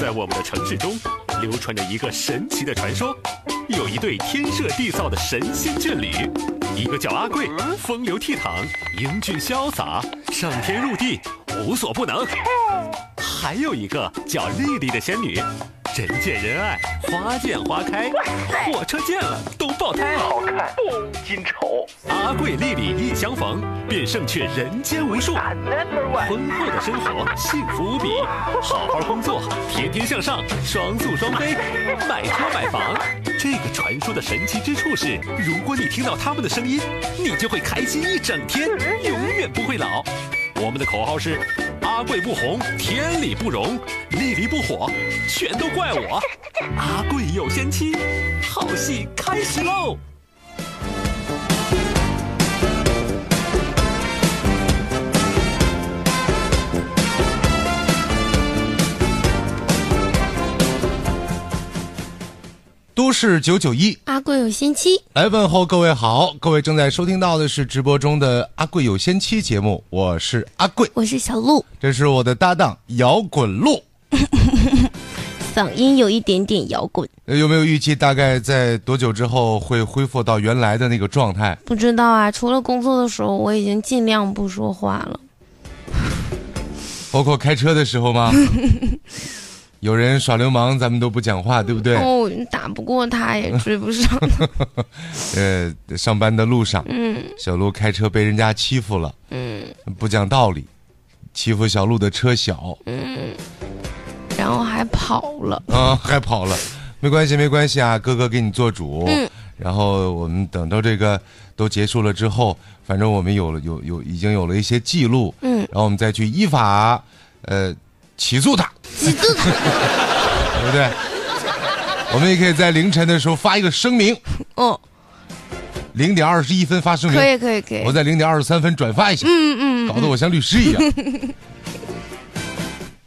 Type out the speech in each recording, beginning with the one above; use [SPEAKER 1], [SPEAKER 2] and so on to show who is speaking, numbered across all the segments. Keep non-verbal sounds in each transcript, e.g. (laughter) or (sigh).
[SPEAKER 1] 在我们的城市中，流传着一个神奇的传说：有一对天设地造的神仙眷侣，一个叫阿贵，风流倜傥、英俊潇洒、上天入地、无所不能；还有一个叫丽丽的仙女，人见人爱、花见花开，火车见了都爆胎。
[SPEAKER 2] 好看，金丑
[SPEAKER 1] 阿贵、丽丽一相逢，便胜却人间无数。
[SPEAKER 2] ，Number One，
[SPEAKER 1] 婚后的生活幸福无比，好好工作，天天向上，双宿双飞，买车买房。这个传说的神奇之处是，如果你听到他们的声音，你就会开心一整天，永远不会老。我们的口号是：阿贵不红，天理不容；丽丽不火，全都怪我。阿贵有仙妻，好戏开始喽！
[SPEAKER 3] 都市九九一
[SPEAKER 4] 阿贵有仙妻，
[SPEAKER 3] 来问候各位好，各位正在收听到的是直播中的《阿贵有仙妻》节目，我是阿贵，
[SPEAKER 4] 我是小鹿，
[SPEAKER 3] 这是我的搭档摇滚路。
[SPEAKER 4] 嗓音有一点点摇滚，
[SPEAKER 3] 呃有没有预计大概在多久之后会恢复到原来的那个状态？
[SPEAKER 4] 不知道啊。除了工作的时候，我已经尽量不说话了。
[SPEAKER 3] 包括开车的时候吗？ (laughs) 有人耍流氓，咱们都不讲话，对不对？
[SPEAKER 4] 哦，打不过他也追不上。
[SPEAKER 3] (laughs) 呃，上班的路上，
[SPEAKER 4] 嗯，
[SPEAKER 3] 小鹿开车被人家欺负了，
[SPEAKER 4] 嗯
[SPEAKER 3] 不讲道理，欺负小鹿的车小
[SPEAKER 4] 嗯，然后还跑了。
[SPEAKER 3] 啊，还跑了。没关系，没关系啊，哥哥给你做主。
[SPEAKER 4] 嗯
[SPEAKER 3] 然后我们等到这个都结束了之后，反正我们有了有有已经有了一些记录，
[SPEAKER 4] 嗯
[SPEAKER 3] 然后我们再去依法，呃，起诉他，
[SPEAKER 4] 几次
[SPEAKER 3] 对不
[SPEAKER 4] (laughs)
[SPEAKER 3] 对？我们也可以在凌晨的时候发一个声明，
[SPEAKER 4] 哦，
[SPEAKER 3] 零点二十一分发声明
[SPEAKER 4] 可，以可以可以
[SPEAKER 3] 我。在零点二十三分转发一下，
[SPEAKER 4] 嗯嗯，
[SPEAKER 3] 搞得我像律师一
[SPEAKER 4] (laughs)
[SPEAKER 3] 样。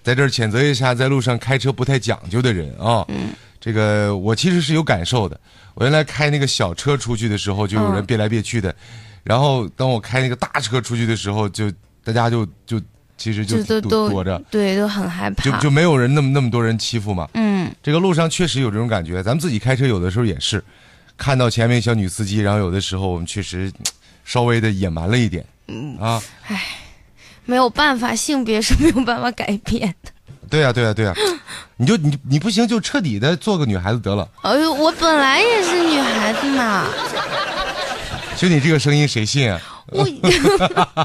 [SPEAKER 3] 在这儿谴责一下在路上开车不太讲究的人啊。
[SPEAKER 4] 嗯
[SPEAKER 3] 这个我其实是有感受的，我原来开那个小车出去的时候，就有人
[SPEAKER 4] 嗯
[SPEAKER 3] 别来别去的，然后当我开那个大车出去的时候，就大家就就其实就
[SPEAKER 4] 就都
[SPEAKER 3] 躲
[SPEAKER 4] 都
[SPEAKER 3] 躲着，
[SPEAKER 4] 对，都很害
[SPEAKER 3] 就
[SPEAKER 4] 怕。
[SPEAKER 3] 就没有人那么那么多人欺负嘛。
[SPEAKER 4] 嗯，
[SPEAKER 3] 这个路上确实有这种感觉，咱们自己开车有的时候也是，看到前面小女司机，然后有的时候我们确实稍微的野蛮了一点，嗯啊，
[SPEAKER 4] 没有办法，性别是没有办法改变的。
[SPEAKER 3] 对啊呀、对呀、对
[SPEAKER 4] (laughs)
[SPEAKER 3] 呀、你就你你不行就彻底的做个女孩子得了，
[SPEAKER 4] 哎呦，我本来也是女孩子
[SPEAKER 3] (laughs)
[SPEAKER 4] 嘛，
[SPEAKER 3] 就你这个声音谁信啊？
[SPEAKER 4] 我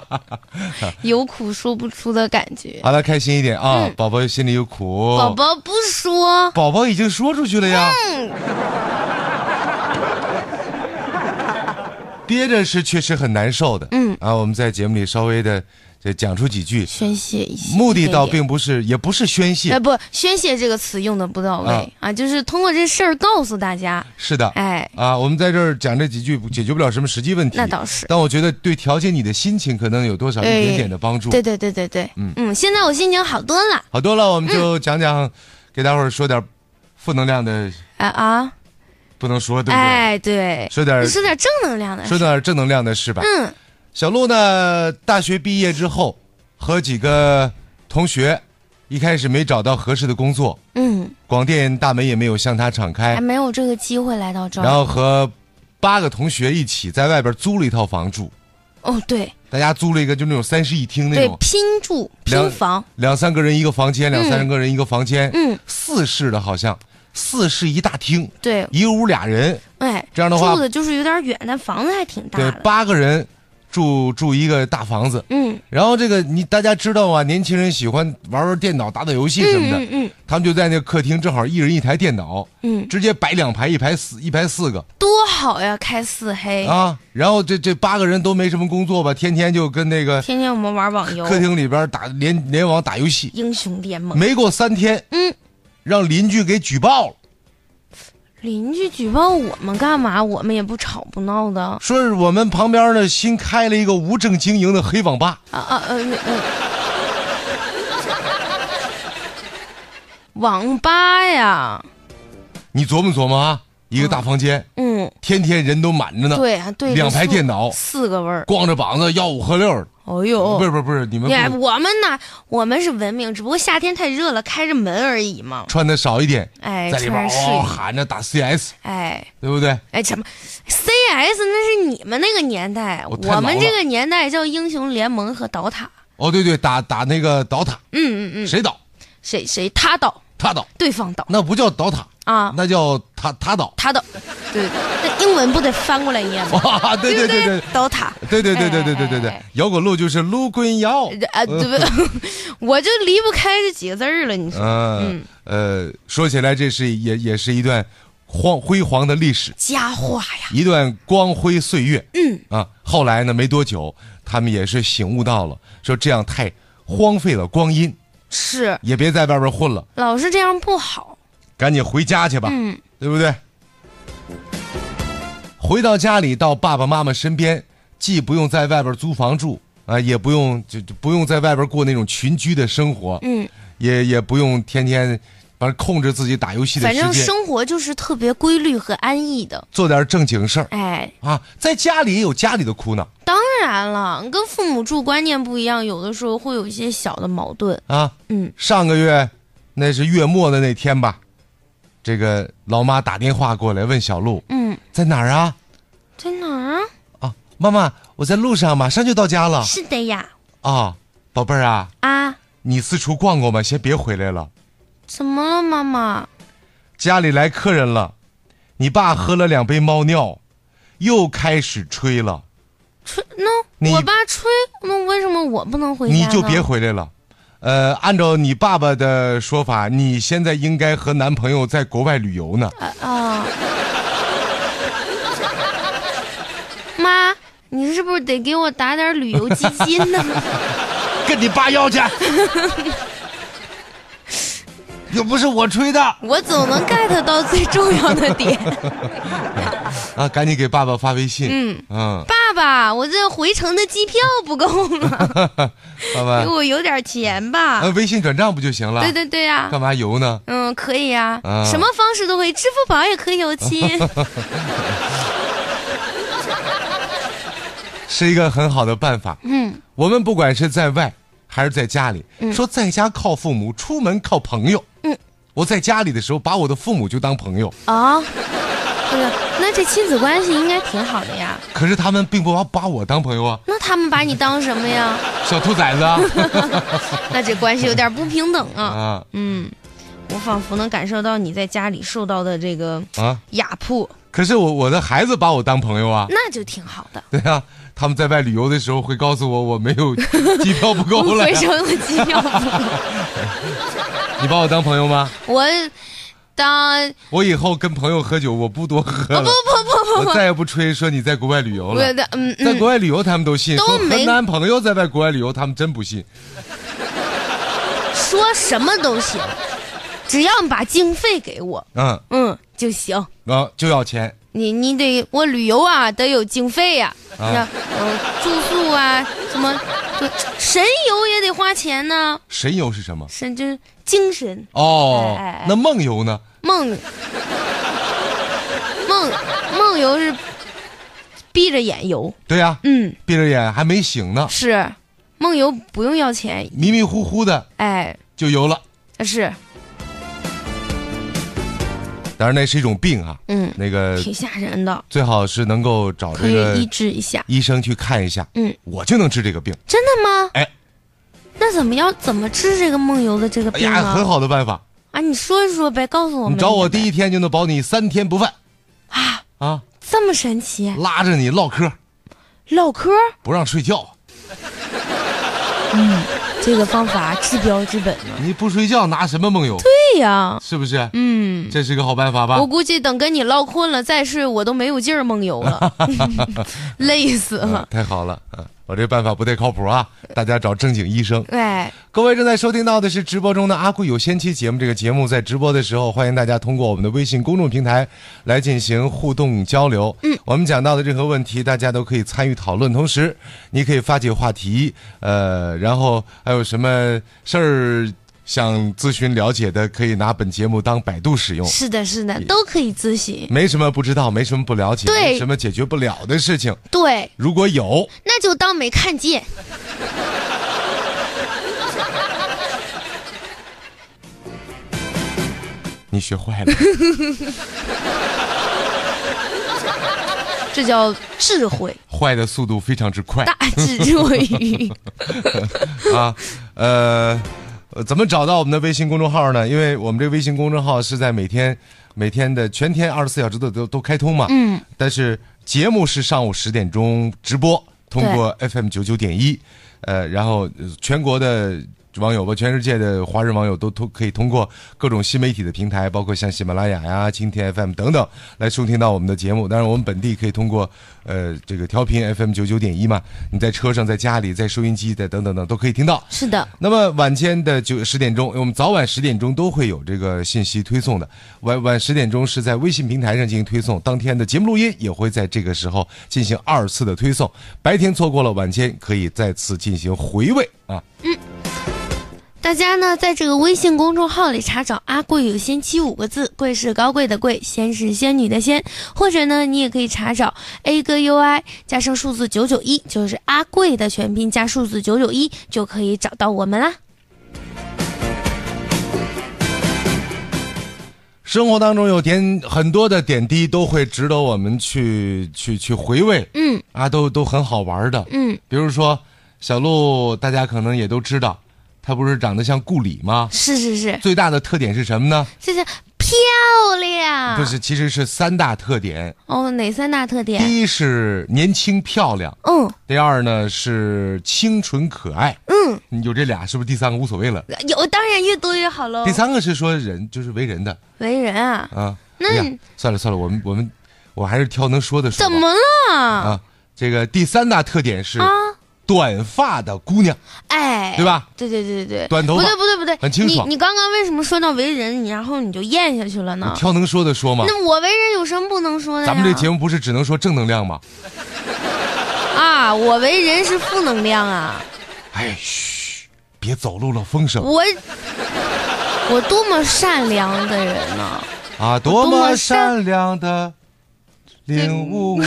[SPEAKER 4] (laughs) 有苦说不出的感觉。
[SPEAKER 3] 好了，开心一点啊，宝宝心里有苦，
[SPEAKER 4] 嗯宝嗯宝不说，
[SPEAKER 3] 宝宝已经说出去了呀， (laughs) 憋着是确实很难受的，
[SPEAKER 4] 嗯
[SPEAKER 3] 啊，我们在节目里稍微的这讲出几句，
[SPEAKER 4] 宣泄一些，
[SPEAKER 3] 目的倒
[SPEAKER 4] 一点
[SPEAKER 3] 并不是，也不是宣
[SPEAKER 4] 点。哎，
[SPEAKER 3] 泄，
[SPEAKER 4] 不，宣泄这个词用的不到位
[SPEAKER 3] 啊
[SPEAKER 4] 啊就是通过这事儿告诉大家，
[SPEAKER 3] 是的，
[SPEAKER 4] 哎，
[SPEAKER 3] 啊，我们在这儿讲这几句解决不了什么实际问题，
[SPEAKER 4] 那倒是，
[SPEAKER 3] 但我觉得对调节你的心情可能有多少一
[SPEAKER 4] 哎
[SPEAKER 3] 点点的帮助。
[SPEAKER 4] 对对对对对，
[SPEAKER 3] 嗯
[SPEAKER 4] 现在我心情好多了，
[SPEAKER 3] 好多了，我们
[SPEAKER 4] 嗯
[SPEAKER 3] 就讲讲，给大伙儿说点负能量的，
[SPEAKER 4] 哎啊，
[SPEAKER 3] 不能说，对不对？呃
[SPEAKER 4] 哎对，
[SPEAKER 3] 说点
[SPEAKER 4] 说点正能量的
[SPEAKER 3] 说
[SPEAKER 4] 事，
[SPEAKER 3] 点正能量的事吧。
[SPEAKER 4] 嗯，
[SPEAKER 3] 小鹿呢，大学毕业之后，和几个同学，一开始没找到合适的工作，
[SPEAKER 4] 嗯，
[SPEAKER 3] 广电大门也没有向他敞开
[SPEAKER 4] 还，没有这个机会来到这
[SPEAKER 3] 哎然
[SPEAKER 4] 儿，
[SPEAKER 3] 后和八个同学一起在外边租了一套房住，
[SPEAKER 4] 哦对
[SPEAKER 3] 大家租了一个就那种三室一厅那
[SPEAKER 4] 对
[SPEAKER 3] 种，，
[SPEAKER 4] 拼住
[SPEAKER 3] 两
[SPEAKER 4] 拼房，
[SPEAKER 3] 两三个人一个房间，两三个人一个房间，
[SPEAKER 4] 嗯，
[SPEAKER 3] 四室的好像，四室一大厅，
[SPEAKER 4] 对，
[SPEAKER 3] 一个屋俩人。
[SPEAKER 4] 哎，
[SPEAKER 3] 这样的话
[SPEAKER 4] 住的就是有点远，但房子还挺大
[SPEAKER 3] 对，
[SPEAKER 4] 的，
[SPEAKER 3] 八个人住住一个大房子。
[SPEAKER 4] 嗯
[SPEAKER 3] 然后这个你大家知道啊，年轻人喜欢玩玩电脑、打打游戏什么的，
[SPEAKER 4] 嗯嗯
[SPEAKER 3] 他们就在那客厅，正好一人一台电脑，
[SPEAKER 4] 嗯，
[SPEAKER 3] 直接摆两排，一排四，一排四个
[SPEAKER 4] 多好呀，开四黑，
[SPEAKER 3] 啊。然后这这八个人都没什么工作吧，天天就跟那个
[SPEAKER 4] 天天我们玩网游，
[SPEAKER 3] 客厅里边打联联网打游戏。
[SPEAKER 4] 英雄联盟。
[SPEAKER 3] 没过三天，
[SPEAKER 4] 嗯，
[SPEAKER 3] 让邻居给举报了，
[SPEAKER 4] 邻居举报我们干嘛？我们也不吵不闹的。啊
[SPEAKER 3] 说是我们旁边呢新开了一个无证经营的黑网吧。
[SPEAKER 4] 啊呃 (laughs) 那呃，网吧呀，
[SPEAKER 3] 你琢磨琢磨啊，一个大房间，
[SPEAKER 4] 嗯，
[SPEAKER 3] 天天人都满着呢。
[SPEAKER 4] 对啊对，
[SPEAKER 3] 两排电
[SPEAKER 4] 脑
[SPEAKER 3] 脑，
[SPEAKER 4] 四个味儿，
[SPEAKER 3] 光着膀子吆五喝六的，
[SPEAKER 4] 哦
[SPEAKER 3] 不
[SPEAKER 4] 呦，
[SPEAKER 3] 是不是不是，你们
[SPEAKER 4] 你还
[SPEAKER 3] 不
[SPEAKER 4] 我们哪？我们是文明，只不过夏天太热了，开着门而已嘛。
[SPEAKER 3] 穿的少一点，
[SPEAKER 4] 哎，
[SPEAKER 3] 在里
[SPEAKER 4] 穿
[SPEAKER 3] 边
[SPEAKER 4] 上试
[SPEAKER 3] 嗷嗷
[SPEAKER 4] 一，
[SPEAKER 3] 喊着打 CS，
[SPEAKER 4] 哎。
[SPEAKER 3] 对不对？
[SPEAKER 4] 哎，什么 CS 那是你们那个年代，
[SPEAKER 3] 我太老
[SPEAKER 4] 我们
[SPEAKER 3] 了
[SPEAKER 4] 这个年代叫英雄联盟和倒塔。
[SPEAKER 3] 哦对对，打打那个倒塔，
[SPEAKER 4] 嗯嗯嗯，
[SPEAKER 3] 谁倒
[SPEAKER 4] 谁谁他倒，
[SPEAKER 3] 他倒，
[SPEAKER 4] 对方倒
[SPEAKER 3] 那不叫倒塔
[SPEAKER 4] 啊，
[SPEAKER 3] 那叫他他倒。
[SPEAKER 4] 他倒，对，那英文不得翻过来一样吗？
[SPEAKER 3] 哇， (laughs) 对对
[SPEAKER 4] 对
[SPEAKER 3] 对
[SPEAKER 4] 不
[SPEAKER 3] 对
[SPEAKER 4] 倒塔。
[SPEAKER 3] 对对对对对对对
[SPEAKER 4] 哎哎
[SPEAKER 3] 对
[SPEAKER 4] 哎，
[SPEAKER 3] 摇滚路就是撸滚摇，
[SPEAKER 4] 啊，对不， (laughs) 我就离不开这几个字儿了。你说，
[SPEAKER 3] 嗯呃，说起来这是也也是一段荒辉煌的历史，
[SPEAKER 4] 佳话呀，
[SPEAKER 3] 一段光辉岁月。嗯啊，后来呢，没多久，他们也是醒悟到了，说这样太荒废了光阴，
[SPEAKER 4] 是
[SPEAKER 3] 也别在外边混了，
[SPEAKER 4] 老是这样不好。
[SPEAKER 3] 赶紧回家去吧，
[SPEAKER 4] 嗯，
[SPEAKER 3] 对不对？回到家里，到爸爸妈妈身边，既不用在外边租房住啊，也不用就就不用在外边过那种群居的生活，
[SPEAKER 4] 嗯，
[SPEAKER 3] 也也不用天天反正控制自己打游戏的
[SPEAKER 4] 反
[SPEAKER 3] 时
[SPEAKER 4] 正
[SPEAKER 3] 间，
[SPEAKER 4] 生活就是特别规律和安逸的。
[SPEAKER 3] 做点正经事儿
[SPEAKER 4] 哎，
[SPEAKER 3] 啊，在家里也有家里的苦恼
[SPEAKER 4] 当然了，跟父母住观念不一样，有的时候会有一些小的矛盾。
[SPEAKER 3] 啊。
[SPEAKER 4] 嗯，
[SPEAKER 3] 上个月那是月末的那天吧，这个老妈打电话过来问小鹿
[SPEAKER 4] 嗯，
[SPEAKER 3] 在哪儿啊？
[SPEAKER 4] 在哪儿啊？
[SPEAKER 3] 啊，妈妈，我在路上，马上就到家了
[SPEAKER 4] 是的呀，
[SPEAKER 3] 啊，宝贝儿啊，
[SPEAKER 4] 啊，
[SPEAKER 3] 你四处逛逛吧，先别回来了，
[SPEAKER 4] 怎么了，妈妈？
[SPEAKER 3] 家里来客人了，你爸喝了两杯猫尿，又开始吹了，
[SPEAKER 4] 吹那
[SPEAKER 3] 你
[SPEAKER 4] 我爸吹，那为什么我不能回家
[SPEAKER 3] 你
[SPEAKER 4] 呢？
[SPEAKER 3] 就别回来了。呃，按照你爸爸的说法，你现在应该和男朋友在国外旅游呢。
[SPEAKER 4] 啊 (laughs) 啊！妈，你是不是得给我打点旅游基金呢？
[SPEAKER 3] 跟你爸要去。 (laughs) 又不是我吹的
[SPEAKER 4] (laughs) 我总能 get 到最重要的点。呃
[SPEAKER 3] 啊！赶紧给爸爸发微信。嗯
[SPEAKER 4] (laughs)
[SPEAKER 3] (laughs)
[SPEAKER 4] 爸爸，我这回程的机票不够了， (laughs)
[SPEAKER 3] 爸
[SPEAKER 4] 给
[SPEAKER 3] 爸，
[SPEAKER 4] 我有点钱吧
[SPEAKER 3] 呃，。微信转账不就行了？
[SPEAKER 4] 对对对啊，
[SPEAKER 3] 干嘛游呢？
[SPEAKER 4] 嗯，可以呀、
[SPEAKER 3] 啊
[SPEAKER 4] 什么方式都可以，支付宝也可以哦， (laughs) 亲。
[SPEAKER 3] 是一个很好的办法。嗯，我们不管是在外还是在家里，说在家靠父母，出门靠朋友。
[SPEAKER 4] 嗯，
[SPEAKER 3] 我在家里的时候，把我的父母就当朋友，
[SPEAKER 4] 啊、不是，那这亲子关系应该挺好的呀。
[SPEAKER 3] 可是他们并不把把我当朋友啊，
[SPEAKER 4] 那他们把你当什么呀？
[SPEAKER 3] 小兔崽
[SPEAKER 4] (laughs)
[SPEAKER 3] 子啊！
[SPEAKER 4] 那这关系有点不平等啊。
[SPEAKER 3] 啊
[SPEAKER 4] 嗯，我仿佛能感受到你在家里受到的这个
[SPEAKER 3] 啊！
[SPEAKER 4] 压迫，
[SPEAKER 3] 可是我我的孩子把我当朋友啊。 (laughs)
[SPEAKER 4] 那就挺好的。
[SPEAKER 3] 对呀、他们在外旅游的时候会告诉我我没有机票不
[SPEAKER 4] (laughs)
[SPEAKER 3] 够了
[SPEAKER 4] 回
[SPEAKER 3] 呀，
[SPEAKER 4] 程的机票不够，
[SPEAKER 3] 你把我当朋友吗？
[SPEAKER 4] 我当
[SPEAKER 3] 我以后跟朋友喝酒我不多喝了，
[SPEAKER 4] 不不不
[SPEAKER 3] 我
[SPEAKER 4] 不，
[SPEAKER 3] 再也不吹说你在国外旅游
[SPEAKER 4] 我
[SPEAKER 3] 了。
[SPEAKER 4] 的嗯
[SPEAKER 3] 在
[SPEAKER 4] 嗯，
[SPEAKER 3] 国外旅游他们都信，
[SPEAKER 4] 都
[SPEAKER 3] 说
[SPEAKER 4] 没
[SPEAKER 3] 和男朋友在外国外旅游他们真不信。
[SPEAKER 4] 说什么都行，只要你把经费给我，
[SPEAKER 3] 嗯，
[SPEAKER 4] 嗯就行。
[SPEAKER 3] 啊就要钱，
[SPEAKER 4] 你你得我旅游啊，得有经费呀、
[SPEAKER 3] 啊
[SPEAKER 4] 是吧呃住宿啊，什么就神游也得花钱呢、
[SPEAKER 3] 神游是什么？
[SPEAKER 4] 神就是精神
[SPEAKER 3] 哦，
[SPEAKER 4] 哎哎哎
[SPEAKER 3] 那梦游呢？
[SPEAKER 4] 梦梦梦游是闭着眼游，
[SPEAKER 3] 对呀、
[SPEAKER 4] 嗯，
[SPEAKER 3] 闭着眼还没醒呢，
[SPEAKER 4] 是梦游不用要钱，
[SPEAKER 3] 迷迷糊糊的
[SPEAKER 4] 哎，
[SPEAKER 3] 就游了。
[SPEAKER 4] 是
[SPEAKER 3] 当然那是一种病啊，
[SPEAKER 4] 嗯，
[SPEAKER 3] 那个
[SPEAKER 4] 挺吓人的，
[SPEAKER 3] 最好是能够找
[SPEAKER 4] 可
[SPEAKER 3] 这
[SPEAKER 4] 以医
[SPEAKER 3] 个
[SPEAKER 4] 治一下。
[SPEAKER 3] 医生去看一下。
[SPEAKER 4] 嗯，
[SPEAKER 3] 我就能治这个病。
[SPEAKER 4] 真的吗？
[SPEAKER 3] 哎，
[SPEAKER 4] 那怎么要怎么治这个梦游的这个
[SPEAKER 3] 哎
[SPEAKER 4] 病
[SPEAKER 3] 呀，很
[SPEAKER 4] 啊？
[SPEAKER 3] 好的办法，
[SPEAKER 4] 啊，你说一说呗，告诉我
[SPEAKER 3] 你
[SPEAKER 4] 们。
[SPEAKER 3] 找我第一天就能保你三天不犯
[SPEAKER 4] 啊，
[SPEAKER 3] 啊！
[SPEAKER 4] 这么神奇，
[SPEAKER 3] 拉着你唠嗑，
[SPEAKER 4] 唠嗑
[SPEAKER 3] 不让睡觉，
[SPEAKER 4] 嗯这个方法治标治本呢。
[SPEAKER 3] 你不睡觉拿什么梦游？
[SPEAKER 4] 对呀，
[SPEAKER 3] 是不是？
[SPEAKER 4] 嗯，
[SPEAKER 3] 这是个好办法吧
[SPEAKER 4] 我？估计等跟你唠困了再睡，我都没有劲儿梦游
[SPEAKER 3] (laughs)
[SPEAKER 4] 了，累死
[SPEAKER 3] 嗯
[SPEAKER 4] 了。
[SPEAKER 3] 太好了，嗯，我这办法不太靠谱啊！大家找正经医生。
[SPEAKER 4] 哎，
[SPEAKER 3] 各位正在收听到的是直播中的《阿贵有仙妻》节目。这个节目在直播的时候，欢迎大家通过我们的微信公众平台来进行互动交流。嗯，我们讲到的任何问题，大家都可以参与讨论。同时，你可以发起话题，呃，然后还有什么事儿想咨询了解的，可以拿本节目当百度使用。
[SPEAKER 4] 是的，是的，都可以咨询。
[SPEAKER 3] 没什么不知道，没什么不了解，
[SPEAKER 4] 对
[SPEAKER 3] 没什么解决不了的事情。
[SPEAKER 4] 对，
[SPEAKER 3] 如果有，
[SPEAKER 4] 那就当没看见。
[SPEAKER 3] 你学坏了。
[SPEAKER 4] 这叫智慧，
[SPEAKER 3] 坏的速度非常之快
[SPEAKER 4] 大智若愚。
[SPEAKER 3] (laughs) 啊，呃，呃怎么找到我们的微信公众号呢？因为我们这个微信公众号是在每天每天的全天二十四小时都都都开通嘛，嗯，但是节目是上午十点钟直播，通过 FM 九九点一，呃，然后呃全国的。网友吧，全世界的华人网友都通可以通过各种新媒体的平台，包括像喜马拉雅呀、蜻蜓 FM 等等，来收听到我们的节目。当然，我们本地可以通过呃这个调频 FM 九九点一嘛，你在车上、在家里、在收音机、在等等等都可以听到。
[SPEAKER 4] 是的，
[SPEAKER 3] 那么晚间的九十点钟，我们早晚十点钟都会有这个信息推送的。晚晚十点钟是在微信平台上进行推送，当天的节目录音也会在这个时候进行二次的推送。白天错过了，晚间可以再次进行回味啊。
[SPEAKER 4] 大家呢，在这个微信公众号里查找“阿贵有仙妻”五个字，贵是高贵的贵，仙是仙女的仙，或者呢，你也可以查找 A 哥 UI 加上数字九九一，就是阿贵的全拼加数字九九一，就可以找到我们啦。
[SPEAKER 3] 生活当中有点很多的点滴都会值得我们去去去回味，
[SPEAKER 4] 嗯
[SPEAKER 3] 啊，都都很好玩的。
[SPEAKER 4] 嗯，
[SPEAKER 3] 比如说小鹿，大家可能也都知道，她不是长得像顾里吗？
[SPEAKER 4] 是是是，
[SPEAKER 3] 最大的特点是什么呢？
[SPEAKER 4] 这是漂亮。
[SPEAKER 3] 就是其实是三大特点，
[SPEAKER 4] 哦，哪三大特点？
[SPEAKER 3] 第一是年轻漂亮，
[SPEAKER 4] 嗯
[SPEAKER 3] 第二呢是清纯可爱，
[SPEAKER 4] 嗯，
[SPEAKER 3] 有这俩是不是第三个无所谓了？
[SPEAKER 4] 有当然越多越好喽
[SPEAKER 3] 第。三个是说人就是为人的
[SPEAKER 4] 为人啊，
[SPEAKER 3] 啊，
[SPEAKER 4] 那
[SPEAKER 3] 哎呀算了算了，我们我们我还是挑能说的说
[SPEAKER 4] 怎
[SPEAKER 3] 吧。
[SPEAKER 4] 么了？
[SPEAKER 3] 啊？这个第三大特点是
[SPEAKER 4] 啊
[SPEAKER 3] 短发的姑娘，
[SPEAKER 4] 哎，
[SPEAKER 3] 对吧？
[SPEAKER 4] 对对对对对，
[SPEAKER 3] 短头发
[SPEAKER 4] 不对不对不对，
[SPEAKER 3] 很清爽
[SPEAKER 4] 你你刚刚为什么说到为人，你然后你就咽下去了呢？
[SPEAKER 3] 挑能说的说嘛。
[SPEAKER 4] 啊那我为人有什么不能说的呀？
[SPEAKER 3] 咱们这节目不是只能说正能量吗？
[SPEAKER 4] 啊，我为人是负能量啊，
[SPEAKER 3] 哎，嘘，别走漏了风声
[SPEAKER 4] 我我多么善良的人呢、
[SPEAKER 3] 啊！多
[SPEAKER 4] 多
[SPEAKER 3] 么
[SPEAKER 4] 么善
[SPEAKER 3] 善良的领
[SPEAKER 4] (laughs)
[SPEAKER 3] 悟，